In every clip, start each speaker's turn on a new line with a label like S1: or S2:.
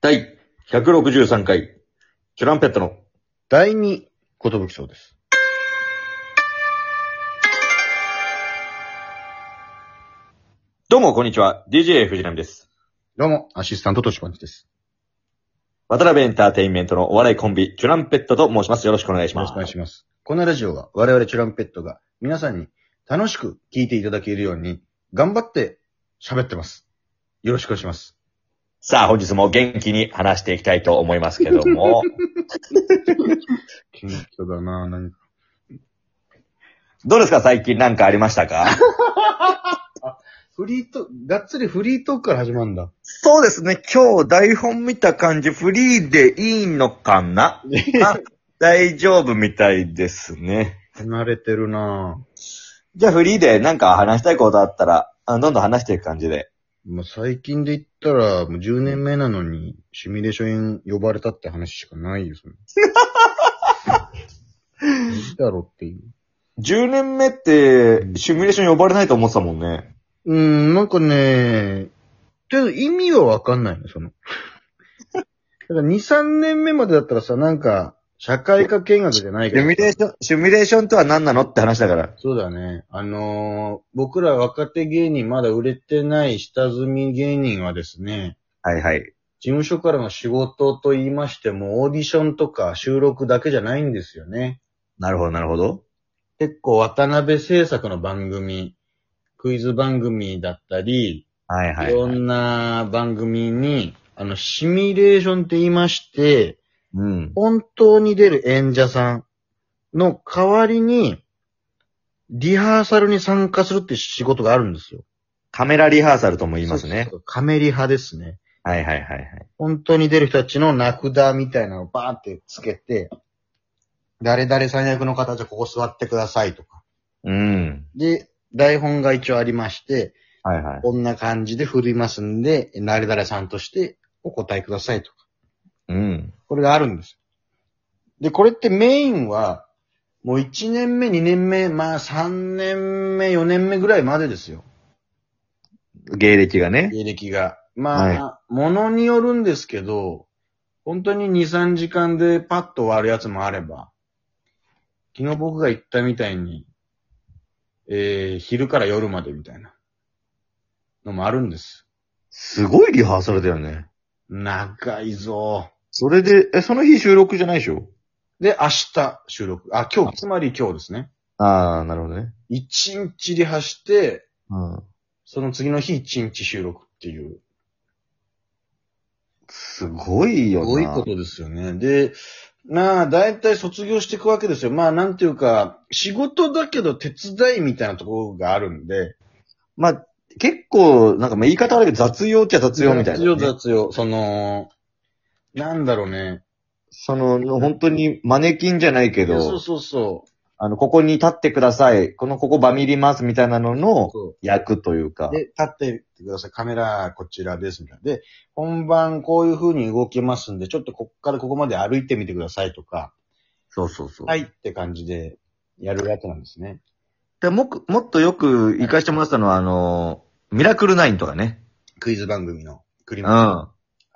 S1: 第163回、チュランペットの、
S2: 第二ことぶきそうです。
S1: どうもこんにちは、DJ 藤波です。
S2: どうも、アシスタントとしぱんちです。
S1: 渡辺エンターテインメントのお笑いコンビ、チュランペットと申します。よろしくお願いし
S2: よろ
S1: ま
S2: し
S1: す
S2: くお。願いします。このラジオは我々チュランペットが皆さんに楽しく聞いていただけるように頑張って喋ってます。よろしくお願いします。
S1: さあ、本日も元気に話していきたいと思いますけども、
S2: 謙虚だなぁ、何か。
S1: どうですか最近なんかありましたか
S2: フリート、がっつりフリートークから始まるんだ。
S1: そうですね、今日台本見た感じ、フリーでいいのかな大丈夫みたいですね。
S2: 慣れてるなぁ。
S1: じゃあフリーでなんか話したいことあったら、あどんどん話していく感じで。
S2: もう最近で言ったら、もう10年目なのに、シミュレーション呼ばれたって話しかないよ、そ れ。いいだろっていう。
S1: 10年目って、シミュレーション呼ばれないと思ってたもんね。
S2: うーん、なんかね、けど意味はわかんないの、そ の。だから2、3年目までだったらさ、なんか、社会科見学じゃない
S1: シ
S2: けど
S1: ミュ。レーション、シミュレーションとは何なのって話だから。
S2: そうだね。あのー僕ら若手芸人、まだ売れてない下積み芸人はですね、
S1: はいはい。
S2: 事務所からの仕事と言いましても、オーディションとか収録だけじゃないんですよね。
S1: なるほど、なるほど。
S2: 結構渡辺制作の番組、クイズ番組だったり、
S1: はいはいい、
S2: ろ
S1: はい。
S2: んな番組に、あの、シミュレーションって言いまして、
S1: うん。
S2: 本当に出る演者さんの代わりに、リハーサルに参加するって仕事があるんですよ。
S1: カメラリハーサルとも言いますね。。
S2: カメリハですね。
S1: はいはいはいはい。
S2: 本当に出る人たちの名札みたいなのをバーンってつけて、誰々さん役の方じゃあここ座ってくださいとか。
S1: うん。
S2: で、台本が一応ありまして、
S1: はいはい。
S2: こんな感じで振りますんで、誰々さんとしてお答えくださいとか。
S1: うん。
S2: これがあるんです。で、これってメインは、もう1年目、2年目、まあ3年目、4年目ぐらいまでですよ。
S1: 芸歴がね。
S2: 芸歴が。まあ、ものによるんですけど、本当に2、3時間でパッと終わるやつもあれば、昨日僕が言ったみたいに、えー、昼から夜までみたいなのもあるんです。
S1: すごいリハーサルだよね。
S2: 長いぞ。
S1: それで、え、その日収録じゃないでしょ
S2: で、明日収録。あ、今日、つまり今日ですね。
S1: ああ、なるほどね。
S2: 一日リハして、
S1: うん。
S2: その次の日一日収録っていう。
S1: すごいよ
S2: す
S1: な。
S2: ごいことですよね。で、まあ、だいたい卒業していくわけですよ。まあ、なんていうか、仕事だけど手伝いみたいなところがあるんで。
S1: まあ、結構、なんかまあ言い方悪いけど、雑用っちゃ雑用みたいな、ね。
S2: 雑用雑用。その、なんだろうね。
S1: その、本当にマネキンじゃないけ
S2: いやそう
S1: ど、
S2: そうそう。
S1: あの、ここに立ってください。この、ここバミりますみたいなのの
S2: そ
S1: 役というか
S2: う。で、立っててください。カメラ、こちらです。みたいな。で、本番こういう風に動きますんで、ちょっとこっからここまで歩いてみてくださいとか、
S1: そうそうそう
S2: はいって感じでやるやつなんですね。
S1: でもく、もっとよく行かしてもらってたのは、あの、ミラクルナインとかね。
S2: クイズ番組のクリ
S1: う
S2: マン。
S1: ん。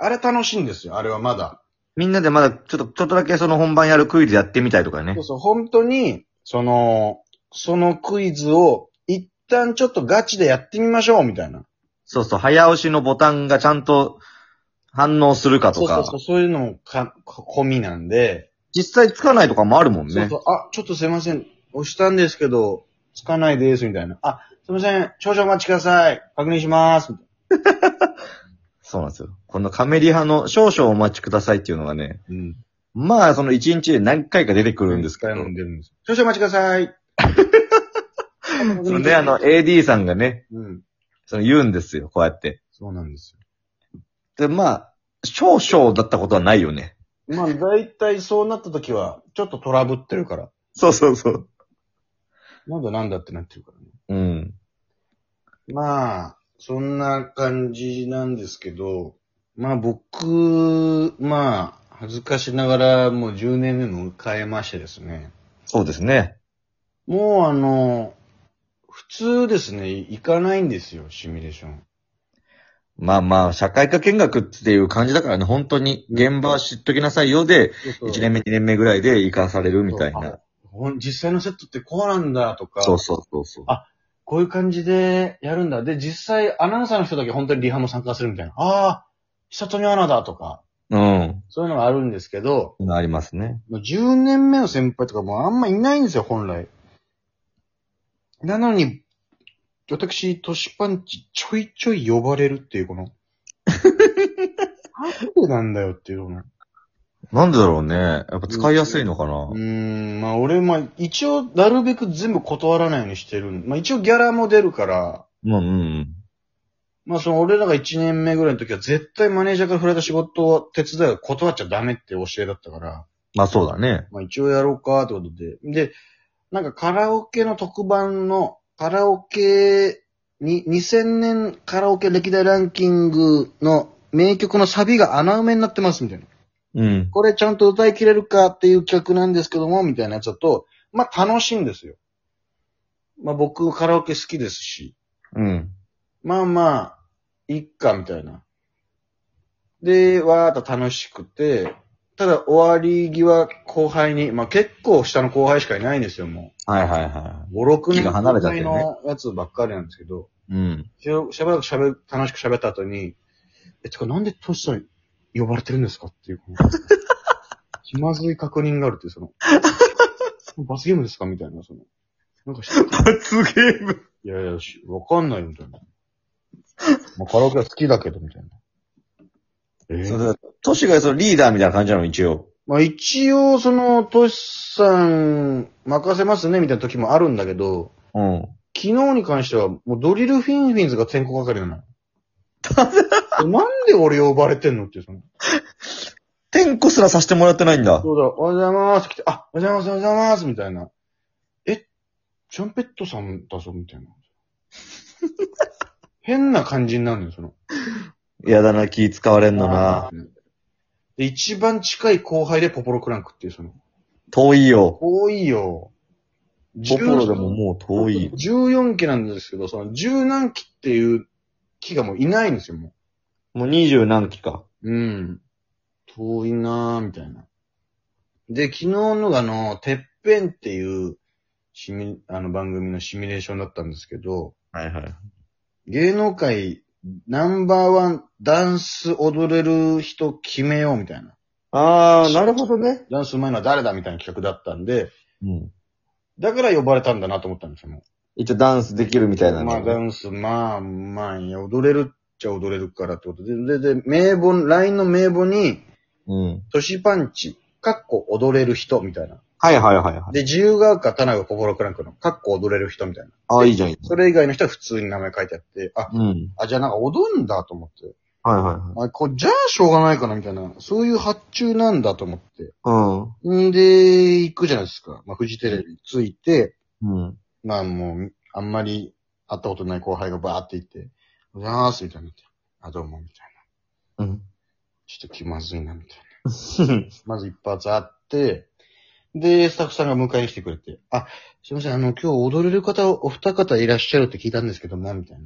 S2: あれ楽しいんですよ、あれはまだ。
S1: みんなでまだ、ちょっと、ちょっとだけその本番やるクイズやってみたいとかね
S2: そう。そう、本当に、その、そのクイズを一旦ちょっとガチでやってみましょう、みたいな。
S1: そうそう、早押しのボタンがちゃんと反応するか
S2: そ
S1: と
S2: うそ
S1: か
S2: う、そう、そういうのもか、か込みなんで、
S1: 実際つかないとかもあるもんね。
S2: そうそう、あ、ちょっとすいません、押したんですけど、つかないです、みたいな。あ、すいません、少々お待ちください。確認します。みたい
S1: そうなんですよ。このカメリ派の少々お待ちくださいっていうのがね、
S2: なうん。
S1: まあその一日で何回か出てくるんですけど、
S2: 飲んでるんです。少々お待ちください。
S1: そのね、あの AD さんがね、
S2: うん。
S1: その言うんですよ、こうやって。
S2: そうなんですよ。
S1: で、まあ、少々だったことはないよね。
S2: まあ、だいたいそうなった時は、ちょっとトラブってるから、
S1: そうそうそう。
S2: なんだなんだってなってるからね。
S1: うん。
S2: まあ、そんな感じなんですけど、まあ僕、まあ、恥ずかしながらもう10年目迎えましてですね。
S1: そうですね。
S2: もうあの、普通ですね、行かないんですよ、シミュレーション。
S1: まあまあ、社会科見学っていう感じだからね、本当に現場は知っときなさいよで、1年目、2年目ぐらいで活かされるみたい
S2: そう
S1: な。
S2: ほん実際のセットってこうなんだとか、
S1: そうそうそうそう。
S2: あこういう感じでやるんだ。で、実際アナウンサーの人だけ本当にリハも参加するみたいな。ああ、久富アナだとか、
S1: うん。
S2: そういうのがあるんですけど、
S1: ありますね。
S2: もう10年目の先輩とかもうあんまいないんですよ、本来。なのに、私、トシパンチちょいちょい呼ばれるっていう、この。なんでなんだよっていうの。
S1: なんでだろうね。やっぱ使いやすいのかな
S2: う。ーん、まあ俺、まあ一応、なるべく全部断らないようにしてるん。まあ一応ギャラも出るから、
S1: うんうん
S2: まあその俺らが1年目ぐらいの時は絶対マネージャーから振られた仕事を手伝いを断っちゃダメって教えだったから、
S1: まあそうだね。
S2: まあ一応やろうかってことで。で、なんかカラオケの特番のカラオケに、2000年カラオケ歴代ランキングの名曲のサビが穴埋めになってますみたいな。
S1: うん。
S2: これちゃんと歌い切れるかっていう企画なんですけども、みたいなやつだと、まあ楽しいんですよ。まあ僕カラオケ好きですし。
S1: うん。
S2: まあまあ、いっか、みたいな。で、わーっと楽しくて、ただ終わり際後輩に、まあ結構下の後輩しかいないんですよ、も
S1: はいはいは
S2: う。5、6
S1: 気
S2: 年
S1: が離れちゃってるね
S2: のやつばっかりなんですけど、
S1: い。うん。
S2: しゃしばらくしゃべ、楽しく喋った後に、え、てかなんでトシさん呼ばれてるんですかっていう、この気まずい確認があるっていう、その、 罰ゲームですかみたいな、その、なんか知って
S1: 罰ゲーム。
S2: いやいや、しわかんないよ、みたいな。まあ、カラオケは好きだけど、みたいな。え
S1: そうだトシがそのリーダーみたいな感じなの、一応。
S2: まあ、一応、その、トシさん、任せますね、みたいな時もあるんだけど、
S1: うん。
S2: 昨日に関しては、もうドリルフィンフィンズが天候係 なの。なんで俺呼ばれてんのっていう、その。
S1: テンコすらさせてもらってないんだ。
S2: そうだ、おはようございます、来て、あ、おはようございます、おはようございます、みたいな。え、チャンペットさんだぞ、み たいな。変な感じになるのよ、その。
S1: やだな、気使われんのな。
S2: あーで、一番近い後輩でポポロクランクっていう、その、
S1: 遠いよ。
S2: 多いよ。
S1: ポポロでももう遠い。
S2: 14期なんですけど、その、十何期っていう期がもういないんですよ、も
S1: もう二十何期か。
S2: う。うん。遠いなぁ、みたいな。で、昨日のがあの、てっぺんっていう、シミ、あの番組のシミュレーションだったんですけど、
S1: はいはい。
S2: 芸能界ナンバーワンダンス踊れる人決めようみたいな。
S1: あー、なるほどね。
S2: ダンスうまいのは誰だみたいな企画だったんで、
S1: うん。
S2: だから呼ばれたんだなと思ったんですよ、も。
S1: 一応ダンスできるみたいうなの。
S2: まあ、ダンス、まあ、まあ、いや踊れるっちゃ踊れるからってことで、で、で、名簿、LINE の名簿に、
S1: うん。
S2: トシパンチ、かっこ踊れる人、みたいな。
S1: はいはいはいはい。
S2: で、自由が丘、田中心クランクの、かっこ踊れる人、みたいな。
S1: あー、いいじゃん。いいじ
S2: それ以外の人は普通に名前書いてあって、あ、
S1: ゃんうん。
S2: あ、じゃあなんか踊るんだと思って。
S1: はいはい
S2: あ、こう、じゃあしょうがないかな、みたいな。そういう発注なんだと思って。
S1: はい。
S2: んで、行くじゃないですか。まあ、フジテレビついて、
S1: うん。うん。
S2: まあもう、あんまり会ったことない後輩がバーって行って、おはようございます、みたいな。あ、どうも、みたいな。
S1: うん。
S2: ちょっと気まずいな、みたいな。まず一発会って、で、スタッフさんが迎えに来てくれて、あ、すいません、あの、今日踊れる方、お二方いらっしゃるって聞いたんですけども、みたいな。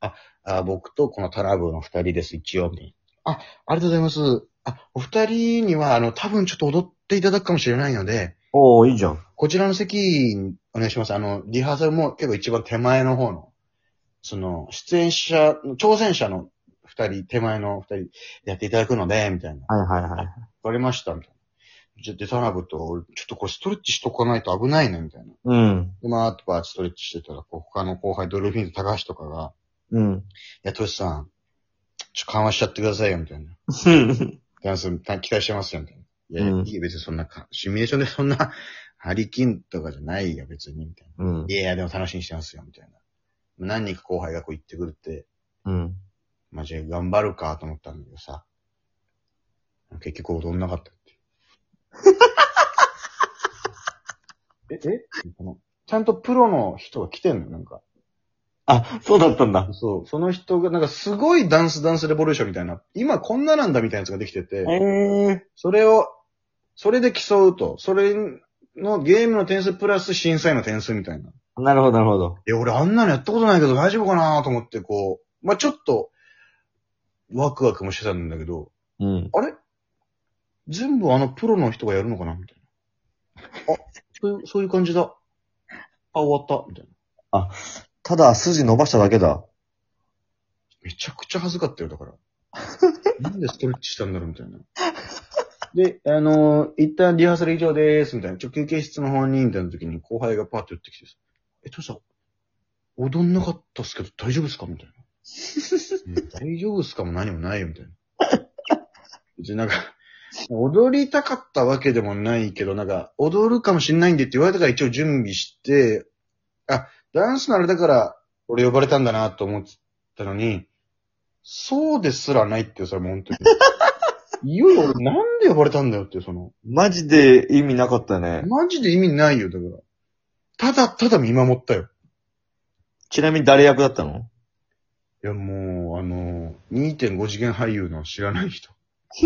S2: あ、あ僕とこのタラブの二人です、一応、みたいな。あ、ありがとうございます。あ、お二人には、あの、多分ちょっと踊っていただくかもしれないので、
S1: おー、いいじゃん。
S2: こちらの席、お願いします。あの、リハーサルも結構一番手前の方の、その、出演者、挑戦者の二人、手前の二人、やっていただくので、みたいな。わ
S1: はいはいはい。
S2: かりました、みたいな。じゃ、で、タナブと、俺、ちょっとこれストレッチしとかないと危ないね、みたいな。
S1: うん。
S2: で、まあ、とかストレッチしてたら、こう、他の後輩、ドルフィンズ、高橋とかが、
S1: うん。
S2: いや、トシさん、ちょ、っと緩和しちゃってくださいよ、みたいな。ダンス、た期待してますよ、みたいな。いやいや、
S1: うん
S2: いいよ別にそんなか、シミュレーションでそんな、張り切んとかじゃないよ、別に、みたいな。
S1: うん
S2: い。やいや、でも楽しみにしてますよ、みたいな。何人か後輩がこう言ってくれて、
S1: うん。
S2: まあ、じゃあ頑張るかと思ったんだけどさ。結局踊んなかった って。え、えこのちゃんとプロの人が来てんのなんか。
S1: あ、そうだったんだ。
S2: そう。その人が、なんかすごいダンスダンスレボリューションみたいな、今こんななんだみたいなやつができて
S1: え
S2: て、
S1: ー。
S2: それを、それで競うと、それのゲームの点数プラス審査員の点数みたいな。
S1: なるほどなるほど。
S2: いや、俺あんなのやったことないけど大丈夫かなと思って、こう、まあ、ちょっと、ワクワクもしてたんだけど、
S1: うん。
S2: あれ全部あのプロの人がやるのかなみたいな。あ、そういう、そういう感じだ。あ、終わった。みたいな。
S1: ただ、筋伸ばしただけだ。
S2: めちゃくちゃ恥ずかったよ、 だから。なんでストレッチしたんだろうみたいな。で、あのー一旦リハーサル以上でーす、みたいな。ちょ、休憩室の方に、みたいな時に後輩がパーって寄ってきてさ、え、トシさん、踊んなかったっすけど大丈夫っすかみた いな。うん大丈夫っすかも何もないよ、みたいな。別になんか、踊りたかったわけでもないけど、なんか、踊るかもしんないんでって言われたから一応準備して、あ、ダンスのあれだから、俺呼ばれたんだなと思ってたのに、そうですらないって、それもう本当に。 いよいよ俺なんで呼ばれたんだよって、その、
S1: マジで意味なかったね。
S2: マジで意味ないよ、だから。ただただ見守ったよ。
S1: ちなみに誰役だったの
S2: いや、もう、あの、2.5次元俳優の知らない人。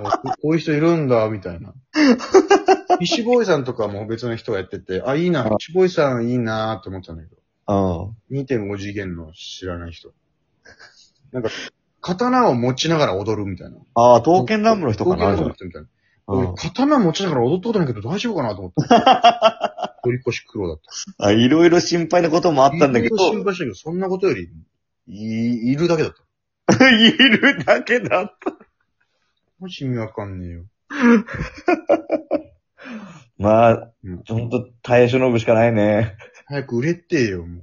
S2: もうここういう人いるんだ、みた いな。フィッシュボーイさんとかも別の人がやってて、あ、いいな、フィッシュボーイさんいいなーって思ったんだけど、
S1: うん。
S2: 2.5次元の知らない人。なんか、刀を持ちながら踊るみたいな。
S1: ああ、刀剣乱舞の人かな
S2: 刀剣乱舞の人みたいな。俺刀持ちながら踊ったことないけど大丈夫かなと思 った。取り越し苦労だった。
S1: あ、いろいろ心配なこともあったんだけど
S2: いろいろ、心配したけど、そんなことより、い、いるだけだった。
S1: いるだけだった。
S2: もし意味わかんねえよ。
S1: まあ、
S2: うん
S1: ほんと、耐え忍ぶしかないね。
S2: 早く売れてよ、も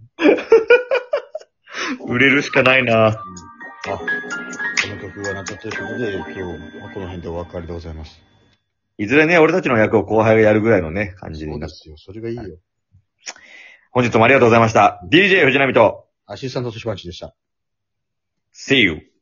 S2: う。
S1: 売れるしかないな。
S2: あ、この曲がなったということで、今日はこの辺でお別れでございます。
S1: いずれね、俺たちの役を後輩がやるぐらいのね、感じ
S2: そ
S1: に
S2: う
S1: な
S2: で
S1: る。
S2: すよ。それがいいよ。
S1: 本日もありがとうございました。DJ 藤波と、
S2: アシスタントとしばんちでした。
S1: See you!